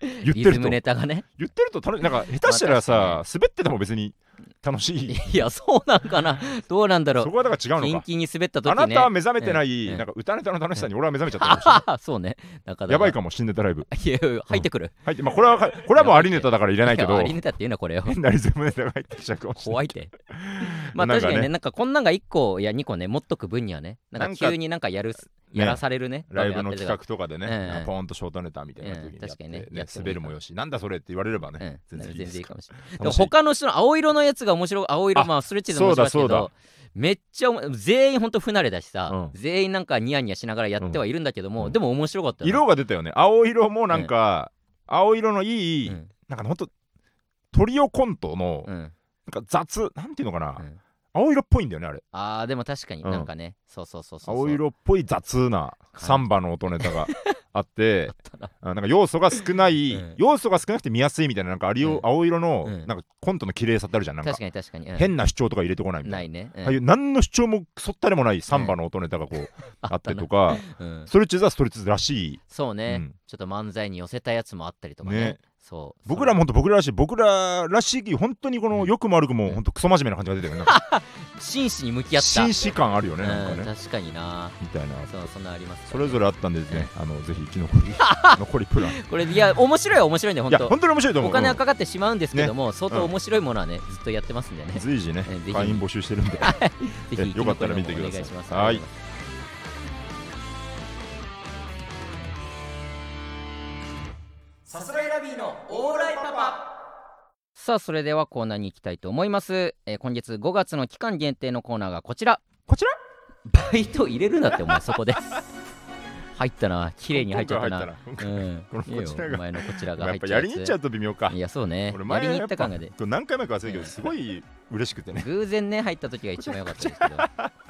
B: 言って
A: リズ
B: る
A: ム
B: と
A: ネタがね
B: 言ってると楽しなんか下手したら
A: ま
B: さ滑ってても別に楽しい
A: いやそうなんかなどうなんだろ
B: そうこはだから違う
A: キ
B: の
A: ン
B: か
A: キンに滑った時
B: あ
A: ね
B: なたは目覚めてな
A: うんうん
B: いなんか歌ネタの楽しさに俺は目覚めちゃったかもしれな
A: あははそうね中
B: いやばい
A: か
B: かも新ネタライブ
A: いやいや入ってくる
B: 入ってまあこれはこれはもうありネタだからいらないけ
A: や
B: ど
A: ありネタっていうのはこれを
B: 変なリズムネタが入ってきちゃうかもしれな
A: 怖
B: い
A: い ってまあ
B: な
A: 確
B: んか
A: か
B: ね
A: にねなんかこんなんが1個いや2個ね持っとく分にはねなんか急になんかやる
B: ね
A: やらされるね
B: ライブの企画とかでね
A: ええ
B: なんかポーンとショートネタみたいな時にやって
A: ええ確かにねや
B: ね
A: ってもいいか
B: 滑るもよしなんだそれって言われれば
A: 場面
B: ね
A: うん
B: 全然いい
A: 全
B: で
A: 然いい
B: すか
A: かもしれない
B: ら
A: でも他の人の青色のやつが面白い青色
B: あ
A: まあストレッチでも面白いけ
B: そうだそ
A: どめっちゃおも全員ほんと不慣れだしさ
B: う
A: 全員なんかニヤニヤしながらやってはいるんだけど
B: う
A: も
B: ん
A: でも面白かったよ
B: 色が出たよね青色もなんか青色のいい
A: うん
B: なんかねほんとトリオコントの
A: うん
B: なんか雑なんていうのかな、
A: うん
B: 青色っぽいんだよねあれ
A: あーでも確かに
B: うん
A: なんかね、そうそうそうそうそう
B: 青色っぽい雑なサンバの音ネタがあ ってあなんか要素が少ない、
A: うん
B: 要素が少なくて見やすいみたいななんかあり
A: うん
B: を青色の、
A: うん
B: なんかコントの綺麗さってあるじゃんなんか
A: 確かに確かに、うん
B: 変な主張とか入れてこないみた
A: ないいね、う
B: な、
A: ん
B: ああいう何の主張もそったりもないサンバの音ネタがこう、あってとか
A: あったなうん
B: ストレッチーズはストレッチーズらしい
A: そうね、
B: うん
A: ちょっと漫才に寄せたやつもあったりとかね
B: ね
A: そう
B: 僕らも本当僕ららしい僕ららしい本当にこ
A: う
B: の
A: ん
B: 良くも悪くも
A: うん
B: 本当クソ真面目な感じが出てるよねなんか
A: 真摯に向き合った
B: 紳士感あるよねなん
A: うん
B: かね
A: 確かにな
B: みたいな
A: そうそんなんあります
B: そ
A: から
B: れ
A: ね
B: ぞれあったんでですねあのぜひ生 き残り残りプランい
A: これいや面白いは面白いね本
B: や
A: 当
B: 本当に面白いと思
A: お
B: う
A: 金
B: う
A: は
B: ん
A: かかってしまうんですけども、相当
B: うん
A: 面白いものはねずっとやってますんでね、
B: 随時ね
A: えぜひ
B: 会員募集してるんで
A: ぜひ
B: よかったら見てください
A: お願します
B: はい
A: さすらいラビーのオーライパパさあそれではコーナーに行きたいと思います、えー今月5月の期間限定のコーナーがこちら
B: こちら
A: バイト入れるなってお前そ こで入ったな綺麗に入っちゃったな
B: 今回入ったな
A: うん
B: このこちらが
A: いいよお前のこちらが
B: や
A: 入
B: っ
A: っちゃ
B: ぱ
A: う
B: やりに行っちゃ
A: や
B: うと微妙か
A: ついやそうね
B: 俺
A: や
B: 前
A: りに行
B: や
A: っ
B: ったぱ
A: 感がで
B: 何回前か忘れたけ
A: うん
B: どすごい嬉しくてね
A: 偶然ね入った時が一番良かったですけど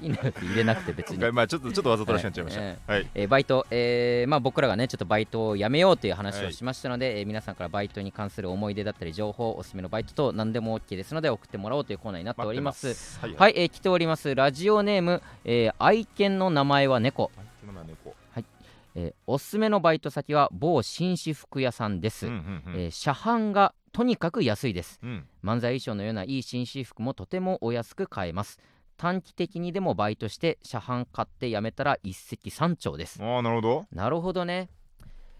A: いいのよって入れなくて別
B: 今
A: に
B: 回まあちょっとちょっとわざとらしくなっちゃいまし
A: はいえ
B: たはい
A: えーバイト、えーまあ、僕らがねちょっとバイトをやめようという話をしましたので、えー皆さんからバイトに関する思い出だったり情報おすすめのバイトと何でも OK ですので送ってもらおうというコーナーになっております
B: 待ってますはい
A: はい、えー来ておりますラジオネーム、えー愛犬の名前は猫、
B: はい今のは猫
A: えーおすすめのバイト先は某紳士服屋さんです、
B: うんうんうん
A: えー車販がとにかく安いです
B: うん
A: 漫才衣装のようないい紳士服もとてもお安く買えます短期的にでもバイトして車販買ってやめたら一石三鳥です
B: ああなるほど
A: なるほどね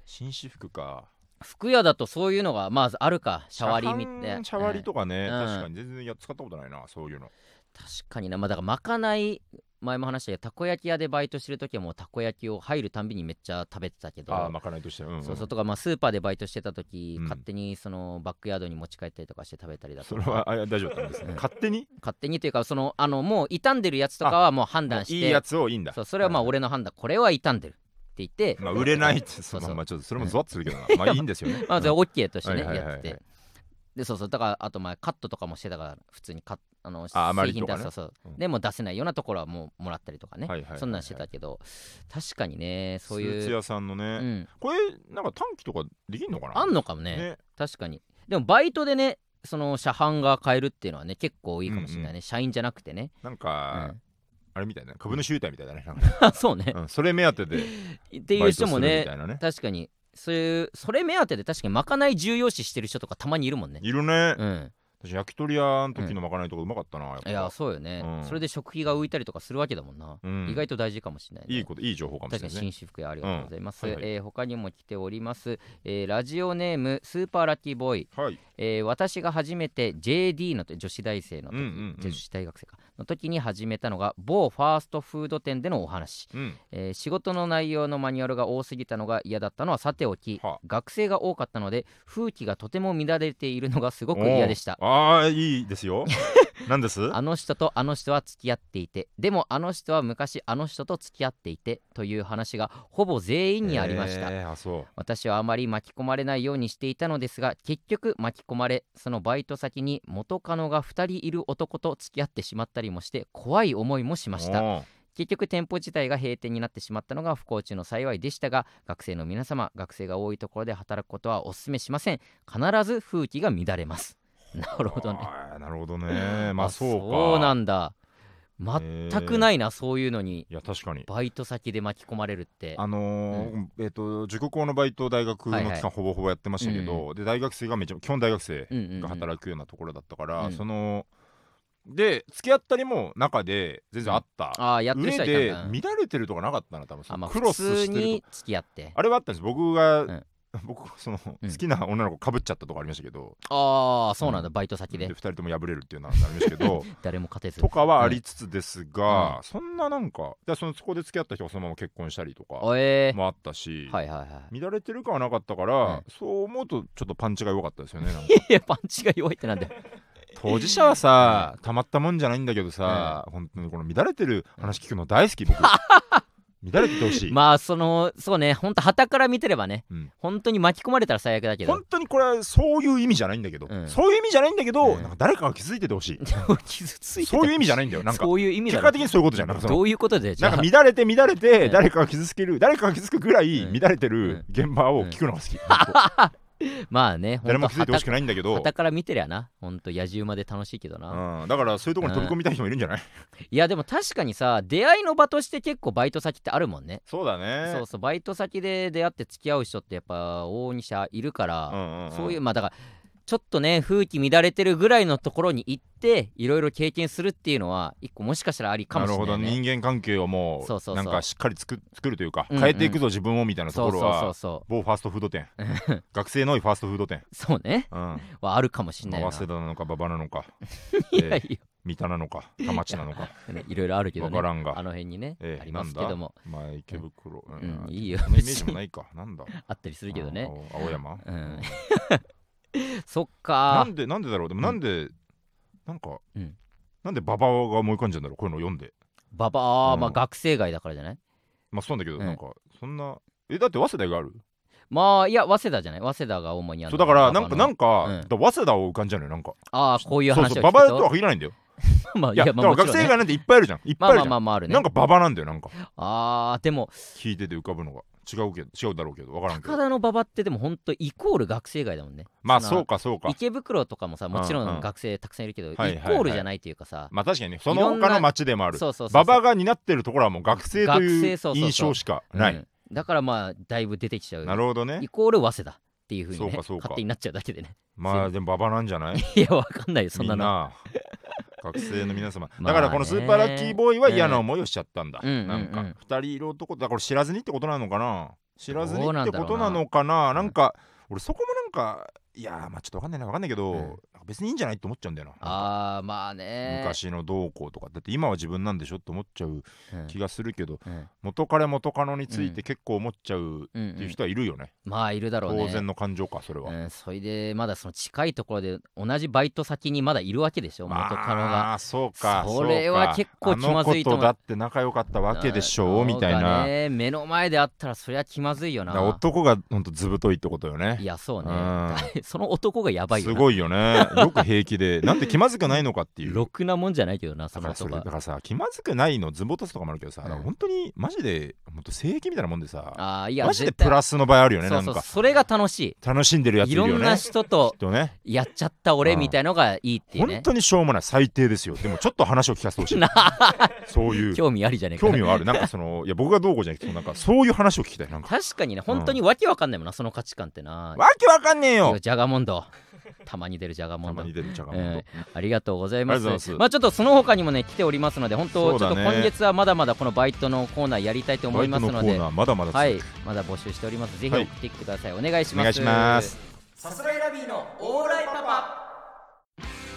B: 紳士服か
A: 服屋だとそういうのがまずあるかシャワリみたいな
B: シャワリとか
A: う
B: ね、
A: ん
B: 確かに全然や使ったことないなそういうの
A: 確かになまあだからまかない前も話したけどたこ焼き屋でバイトしてる時はもうたこ焼きを入るたんびにめっちゃ食べてたけど
B: ああまかないとしてうん、うん、
A: そうそうとかまあスーパーでバイトしてた時、
B: うん
A: 勝手にそのバックヤードに持ち帰ったりとかして食べたりだと
B: そ
A: か
B: れはあ大丈夫だったんです ね、
A: うん
B: 勝手に
A: 勝手にというかそのあのもう傷んでるやつとかはもう判断して
B: いいやつをいいんだ
A: そうそれはまあ俺の判断これは傷んでるって言って、
B: まあ売れないって
A: そ
B: そうう
A: そう
B: まあちょっとそれもゾワッとするけどなまあいいんですよね
A: まあ、それ
B: うん
A: OK としてね、
B: はいはいはいはい
A: やってて。で、そうそう、だから、あと、まあ、カットとかもしてたから、普通にカッあの
B: あ
A: 製
B: 余
A: 品
B: りと
A: 出
B: か
A: す
B: ね
A: そうそう、
B: うん
A: でも出せないようなところはもうもらったりとかね、
B: はいはいはいはい
A: そんなんしてたけど、確かにね、そう
B: スー
A: い
B: ツ
A: う、
B: 屋さんのね、
A: うん、
B: これなんか短期とかできんのかな
A: あんのかもね、
B: ね
A: 確かに。でも、バイトでね、その車販が買えるっていうのはね、結構いいかもしれないね、
B: うん
A: 社員じゃなくてね。
B: なん
A: う
B: か、
A: ん、
B: あれみたいな株主優待みたいだねなんかね
A: そうね、
B: うん、それ目当てで
A: ってい
B: バ
A: う
B: イトす
A: 人
B: る
A: も
B: みたい
A: ね、
B: なね
A: 確かに、そういう、それ目当てで確かにまかない重要視してる人とかたまにいるもんね。
B: いるね、
A: うん、
B: 私焼き鳥屋の時のまかないとかうまかったなやっぱ
A: いやそうよね、
B: うん
A: それで食費が浮いたりとかするわけだもんな、
B: うん
A: 意外と大事かもしれない、ね、
B: いいこといい情報かもし
A: 確
B: れ
A: か
B: な
A: に
B: いです
A: 紳士
B: ね
A: 服屋ありがとうございます、
B: うんはいはい
A: えー他にも来ております、えーラジオネームスーパーラッキーボーイ、
B: はい
A: えー私が初めて JD の女子大生の時、
B: うんうんうん
A: 女子大学生かの時に始めたのが某ファーストフード店でのお話、
B: うん
A: えー仕事の内容のマニュアルが多すぎたのが嫌だったのはさておき、
B: はあ
A: 学生が多かったので風紀がとても乱れているのがすごく嫌でした
B: おーああいい ですよなんです
A: あの人とあの人は付き合っていてでもあの人は昔あの人と付き合っていてという話がほぼ全員にありました、
B: えーあそ
A: 私はあまり巻き込まれないようにしていたのですが結局巻き込まれそのバイト先に元カノが2人いる男と付き合ってしまったりもして怖い思いもし
B: う
A: ました
B: おー
A: 結局店舗自体が閉店になってしまったのが不幸中の幸いでしたが学生の皆様学生が多いところで働くことはお勧めしません必ず風紀が乱れますなるほどね
B: あーなるほどねまあそうか
A: そうなんだ全くないいな、そういうのに
B: いや確かに
A: バイト先で巻き込まれるって
B: あのーえっ、と塾講のバイトを大学の
A: はい
B: 期
A: はい
B: 間ほぼほぼやってましたけど、
A: うん
B: で大学生がめちゃ基本大学生
A: うんうんうん
B: が働くようなところだったから、
A: うん
B: そので付き合ったりも中で全然あった、
A: ああやってる
B: 上
A: 人はい
B: で
A: たんだ
B: 乱れてるとかなかったな多分そ
A: あ
B: の
A: まあ
B: ク
A: 普
B: ロス
A: 通
B: してる
A: に
B: とか
A: 付き合って
B: あれはあったんです僕が、
A: ん
B: 僕 その、
A: うん
B: 好きな女の子かぶっちゃったとかありましたけど
A: ああそうなんだ、
B: うん
A: バイト先
B: で
A: で
B: 2人とも破れるっていうのはありましたけ ど
A: 誰も勝てず
B: とかはありつつですが、そんななんかでそのそこで付き合った人がそのまま結婚したりとか
A: おえー
B: もあったし、
A: はいはいはい
B: 乱れてる感はなかったから、
A: はい
B: そう思うとちょっとパンチが弱かったですよねなん か
A: いやパンチが弱いってなんだよ
B: 当事者は さたまったもんじゃないんだけどさ、本当にこの乱れてる話聞くの大好き僕乱乱れててほしい、
A: まあそのそうねほんと旗から見てればね、
B: うん
A: 本当に巻き込まれたら最悪だけど
B: 本当にこれはそういう意味じゃないんだけど、
A: うん
B: そういう意味じゃないんだけど、
A: うん
B: なんか誰かが気づいててほしい
A: でも傷ついて
B: そういう意味じゃ
A: ない
B: ないんだよなんか
A: そういう意味だ
B: 結
A: ろ
B: 果的にそういうことじゃんなんかその
A: どういうことでじゃ
B: なん
A: あ
B: か乱れて乱れ
A: う
B: て
A: ん
B: 誰かが傷つける誰かが傷つくぐらい
A: うん
B: 乱れてる現場を聞くのが好き本当
A: まあね
B: 誰
A: 本
B: も
A: 当
B: 気づいてほしくないんだけど
A: 旗から見てりゃな本当野獣馬で楽しいけどな、
B: うんだからそういうところに飛び込みたい人もいるんじゃない
A: いやでも確かにさ出会いの場として結構バイト先ってあるもんね
B: そうだ
A: そ
B: ね
A: うそうバイト先で出会って付き合う人ってやっぱ往々に者いるから、そういうまあだからちょっとね風紀乱れてるぐらいのところに行っていろいろ経験するっていうのは一個もしかしたらありかもしれ
B: るほ
A: ない、
B: ど
A: ね、
B: 人間関係をも
A: そうそうそう
B: うなんかしっかり作作るというか
A: うんうん
B: 変えていくぞ自分をみたいなと
A: そう
B: こ
A: そ
B: ろ
A: うそう
B: は
A: そう
B: 某ファーストフー ド店学生のいファーストフード店
A: そうね
B: うんま
A: はあるかもしれないな
B: あ早稲田なのか馬場なのか
A: いや
B: えー
A: い
B: 三田なのか田町なのか
A: やいろいろあるけど
B: 分
A: ね
B: からん
A: あ
B: が
A: の辺にね、
B: えー
A: ありますけども
B: まあ池袋う
A: うん
B: ん
A: いいよ
B: そんなイメージもないかなんだ
A: あったりするけどね
B: 青青山
A: う
B: うん
A: ん そっ
B: な
A: か
B: んでなんでだろうでも
A: ん
B: なんでなんか
A: うん
B: なんでババアが思い浮かんじゃうんだろうこういうのを読んで
A: ババアまあ
B: うん
A: 学生街だからじゃない
B: まあそうなんだけど
A: うん
B: なんかそんなえだって早稲田がある
A: まあいや早稲田じゃない早稲田が主にある
B: そうだからなんかなん
A: う
B: か
A: ん
B: だから早稲田を浮かんじゃうのよなんか
A: ああこういう
B: そう
A: 話を
B: そう
A: 聞く
B: バ
A: と
B: バアとは限らないんだよ
A: まあ
B: い
A: い
B: や
A: や
B: だ
A: ま
B: か
A: あ
B: ら
A: もちろん
B: 学生
A: ね
B: 街なんていっぱいあるじゃんいっぱ
A: ま
B: い
A: あ
B: ある
A: まあま
B: じゃ
A: あ
B: ん
A: まああるね
B: なんかババアなんだよなんか
A: あーでも
B: 聞いてて浮かぶのが違うけど違うだろうけど分からんけ
A: 高
B: ど
A: 田の馬場ってでも本当イコール学生街だもんね
B: まあ
A: その
B: そうかそうか
A: 池袋とかもさもちろ
B: うんうんん
A: 学生たくさんいるけど、
B: はい
A: イ
B: はい
A: コールじゃないというかさ、
B: まあ確かにねそ
A: い
B: の
A: ろんな
B: 他の町でもある
A: そうそうそう
B: ババアが担ってるところはもう学生と
A: 学
B: い
A: 生
B: う
A: そうそうそう
B: 印象しかな
A: う
B: い
A: んだからまあだいぶ出てきちゃう
B: なるほどね
A: イコール早稲田っていうふうに、ね、
B: そうかそうか
A: 勝手になっちゃうだけでね
B: まあでもババアなんじゃない
A: いやわかんないよ そんな
B: みん
A: の
B: な学生の皆 様、
A: まあね
B: だからこのスーパーラッキーボーイは嫌な思いをしちゃったんだ、
A: うんうんうん
B: なんか2人いる男だからこれ知らずにってことなのかな知らずに
A: どうな
B: っ
A: ん
B: て
A: だろうな
B: ことなのかななん
A: ん
B: か俺そこもなんかいやーまあちょっとわかんないなわかんないけど、
A: うん
B: なんか別にいいんじゃないって思っちゃうんだよななんか
A: あーまあね
B: 昔のどうこうとかだって今は自分なんでしょって思っちゃう
A: うん
B: 気がするけど、
A: うん
B: 元彼元カノについて結構思っちゃう
A: うんう、
B: っていうん人はいるよね、
A: まあいるだろうね
B: 当然の感情かそれは、
A: うん、それでまだその近いところで同じバイト先にまだいるわけでしょ元カノが。
B: ああそうか
A: それは結構
B: そうか
A: 気まずいと思う
B: あの子とだって仲良かったわけでしょうみたい
A: のが
B: な、
A: ね、目の前であったらそりゃ気まずいよ
B: だから
A: な。
B: 男がほんとずぶといってことよ
A: い
B: ね
A: やそう
B: う
A: ね。
B: ん
A: その男がやばいよ
B: す
A: な。
B: ごいよねよく平 気でなんで気まずくないのかっていう
A: ろくなもんじゃないけどなそ
B: だ
A: の
B: からそ
A: 男
B: れだ
A: が。
B: からさ気まずくないのズボタスとかもあるけどさ、
A: うん
B: だから本当にマジでほんと正義みたいなもんでさ
A: ああいや
B: マジで
A: 絶
B: プ
A: 対
B: ラスの場合あるよね
A: そうそう
B: なんか
A: それが楽しい。
B: 楽しんでるやつい
A: い
B: るよ
A: ろ
B: ね
A: んな人と
B: きっとね
A: やっちゃった俺みたいのがいいっていう
B: 本
A: ね。
B: 当にしょうもない最低ですよでもちょっと話を聞かせてほしい
A: な
B: そういう
A: 興味ありじゃねえか
B: 興。味はあるなんかそのいや僕がどうこうじゃなくてそのなんかそういう話を聞きたいなんか
A: 確かにね本当にわけわかんないもんなその価値観ってな。
B: わけわかんねえ
A: い
B: よ
A: やジャガモンド。たまに出るジャガモ
B: た
A: ンド
B: ま。に出るちゃが
A: えーありがとうございます。
B: ありがとうございます
A: あちょっとその他にもね来ておりますので、本
B: そ
A: 当
B: う
A: ちょ
B: だ
A: っ
B: ね
A: と今月はまだまだこのバイトのコーナーやりたいと思
B: バ
A: い
B: イ
A: ま
B: ト
A: す
B: のコ
A: の
B: ー
A: で、
B: ナーまだまだ続く
A: はい、まだ募集しております。ぜひ送ってきてください。お願いします。
B: お願いします。
A: さすらいラビーのオーライパパ。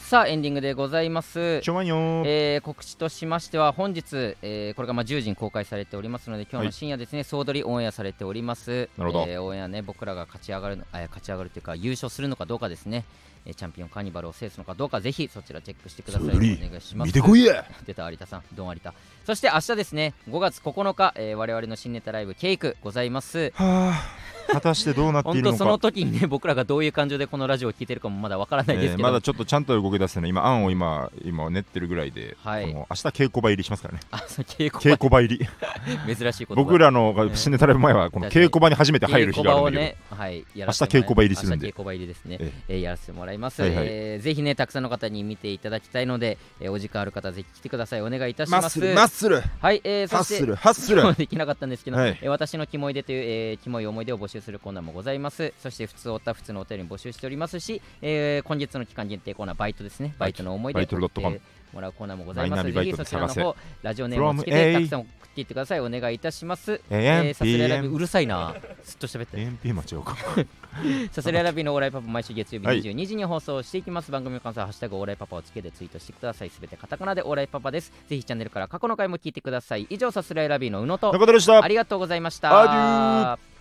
A: さあエンディングでございます。
B: ちょまんよー
A: えー告知としましては本日、えーこれがまあ10時に公開されておりますので今日
B: は
A: の
B: い
A: 深夜ですね、総取りオンエアされております
B: なるほど
A: えーオンエアね僕らが勝ち上がるのあ勝ち上がるというか優勝するのかどうかですね、えーチャンピオンカーニバルを制すのかどうかぜひそちらチェックしてくださいお
B: 総取り
A: 願いします
B: 見てこいや
A: 出た有田さんどうも有田そして明日ですね5月9日、えー我々の新ネタライブケイクございます
B: はあ果たしてどうなってい
A: 本
B: る
A: 当
B: の
A: その
B: か
A: 時にね僕らがどういう感情でこのラジオを聞いてるかもまだわからないです
B: えー
A: けど、
B: まだちょっとちゃんと動き出せない今案を今今練ってるぐらいでこ
A: はい
B: の明日稽古場入り しますからね
A: あその稽古
B: 稽古場入り
A: 場 珍しいこと
B: 僕らの
A: ね
B: 新ネタライブ前はこの稽古場に初めて入る日があるんだけ
A: 稽古場をね、はい、や
B: 明
A: ら
B: 日
A: せてもらい
B: 稽古場入りするんで
A: 明日稽古場入りですね、
B: え
A: えーやらせてもらいます、
B: はいはい
A: えーぜひねたくさんの方に見ていただきたいので、えーお時間ある方ぜひ来てくださいお願いいた
B: ど
A: します
B: スル
A: はい、えー、そして
B: ハッス
A: 今日はできなかったんですけど、
B: はい
A: えー私のキモい出という、えーキモい思い出を募集するコーナーもございますそして普通おった普通のお便りも募集しておりますし、えー今月の期間限定コーナーバイトですねバイトの思い出
B: バイトルドットコ
A: 送
B: ム
A: ってもらうコーナーもございま
B: マイ
A: す
B: ナビバ
A: ぜ
B: イ
A: ひ
B: トで
A: そちら
B: 探
A: の
B: せ
A: 方ラジオネームをつけて
B: From A
A: たくさん送っていってくださいお願いいたしますえー、サスレラビ
B: AMP
A: うるさいなずっと喋ってる
B: AMP 間違うか
A: サスレラビのオーライパパ毎週月曜日
B: はい
A: 22時に放送していきます、番組の感想はハッシュタグオーライパパをつけてツイートしてくださいすべてカタカナでオーライパパですぜひチャンネルから過去の回も聞いてください以上サスレラビの宇野と
B: 中田でした
A: ありがとうございました
B: アデュー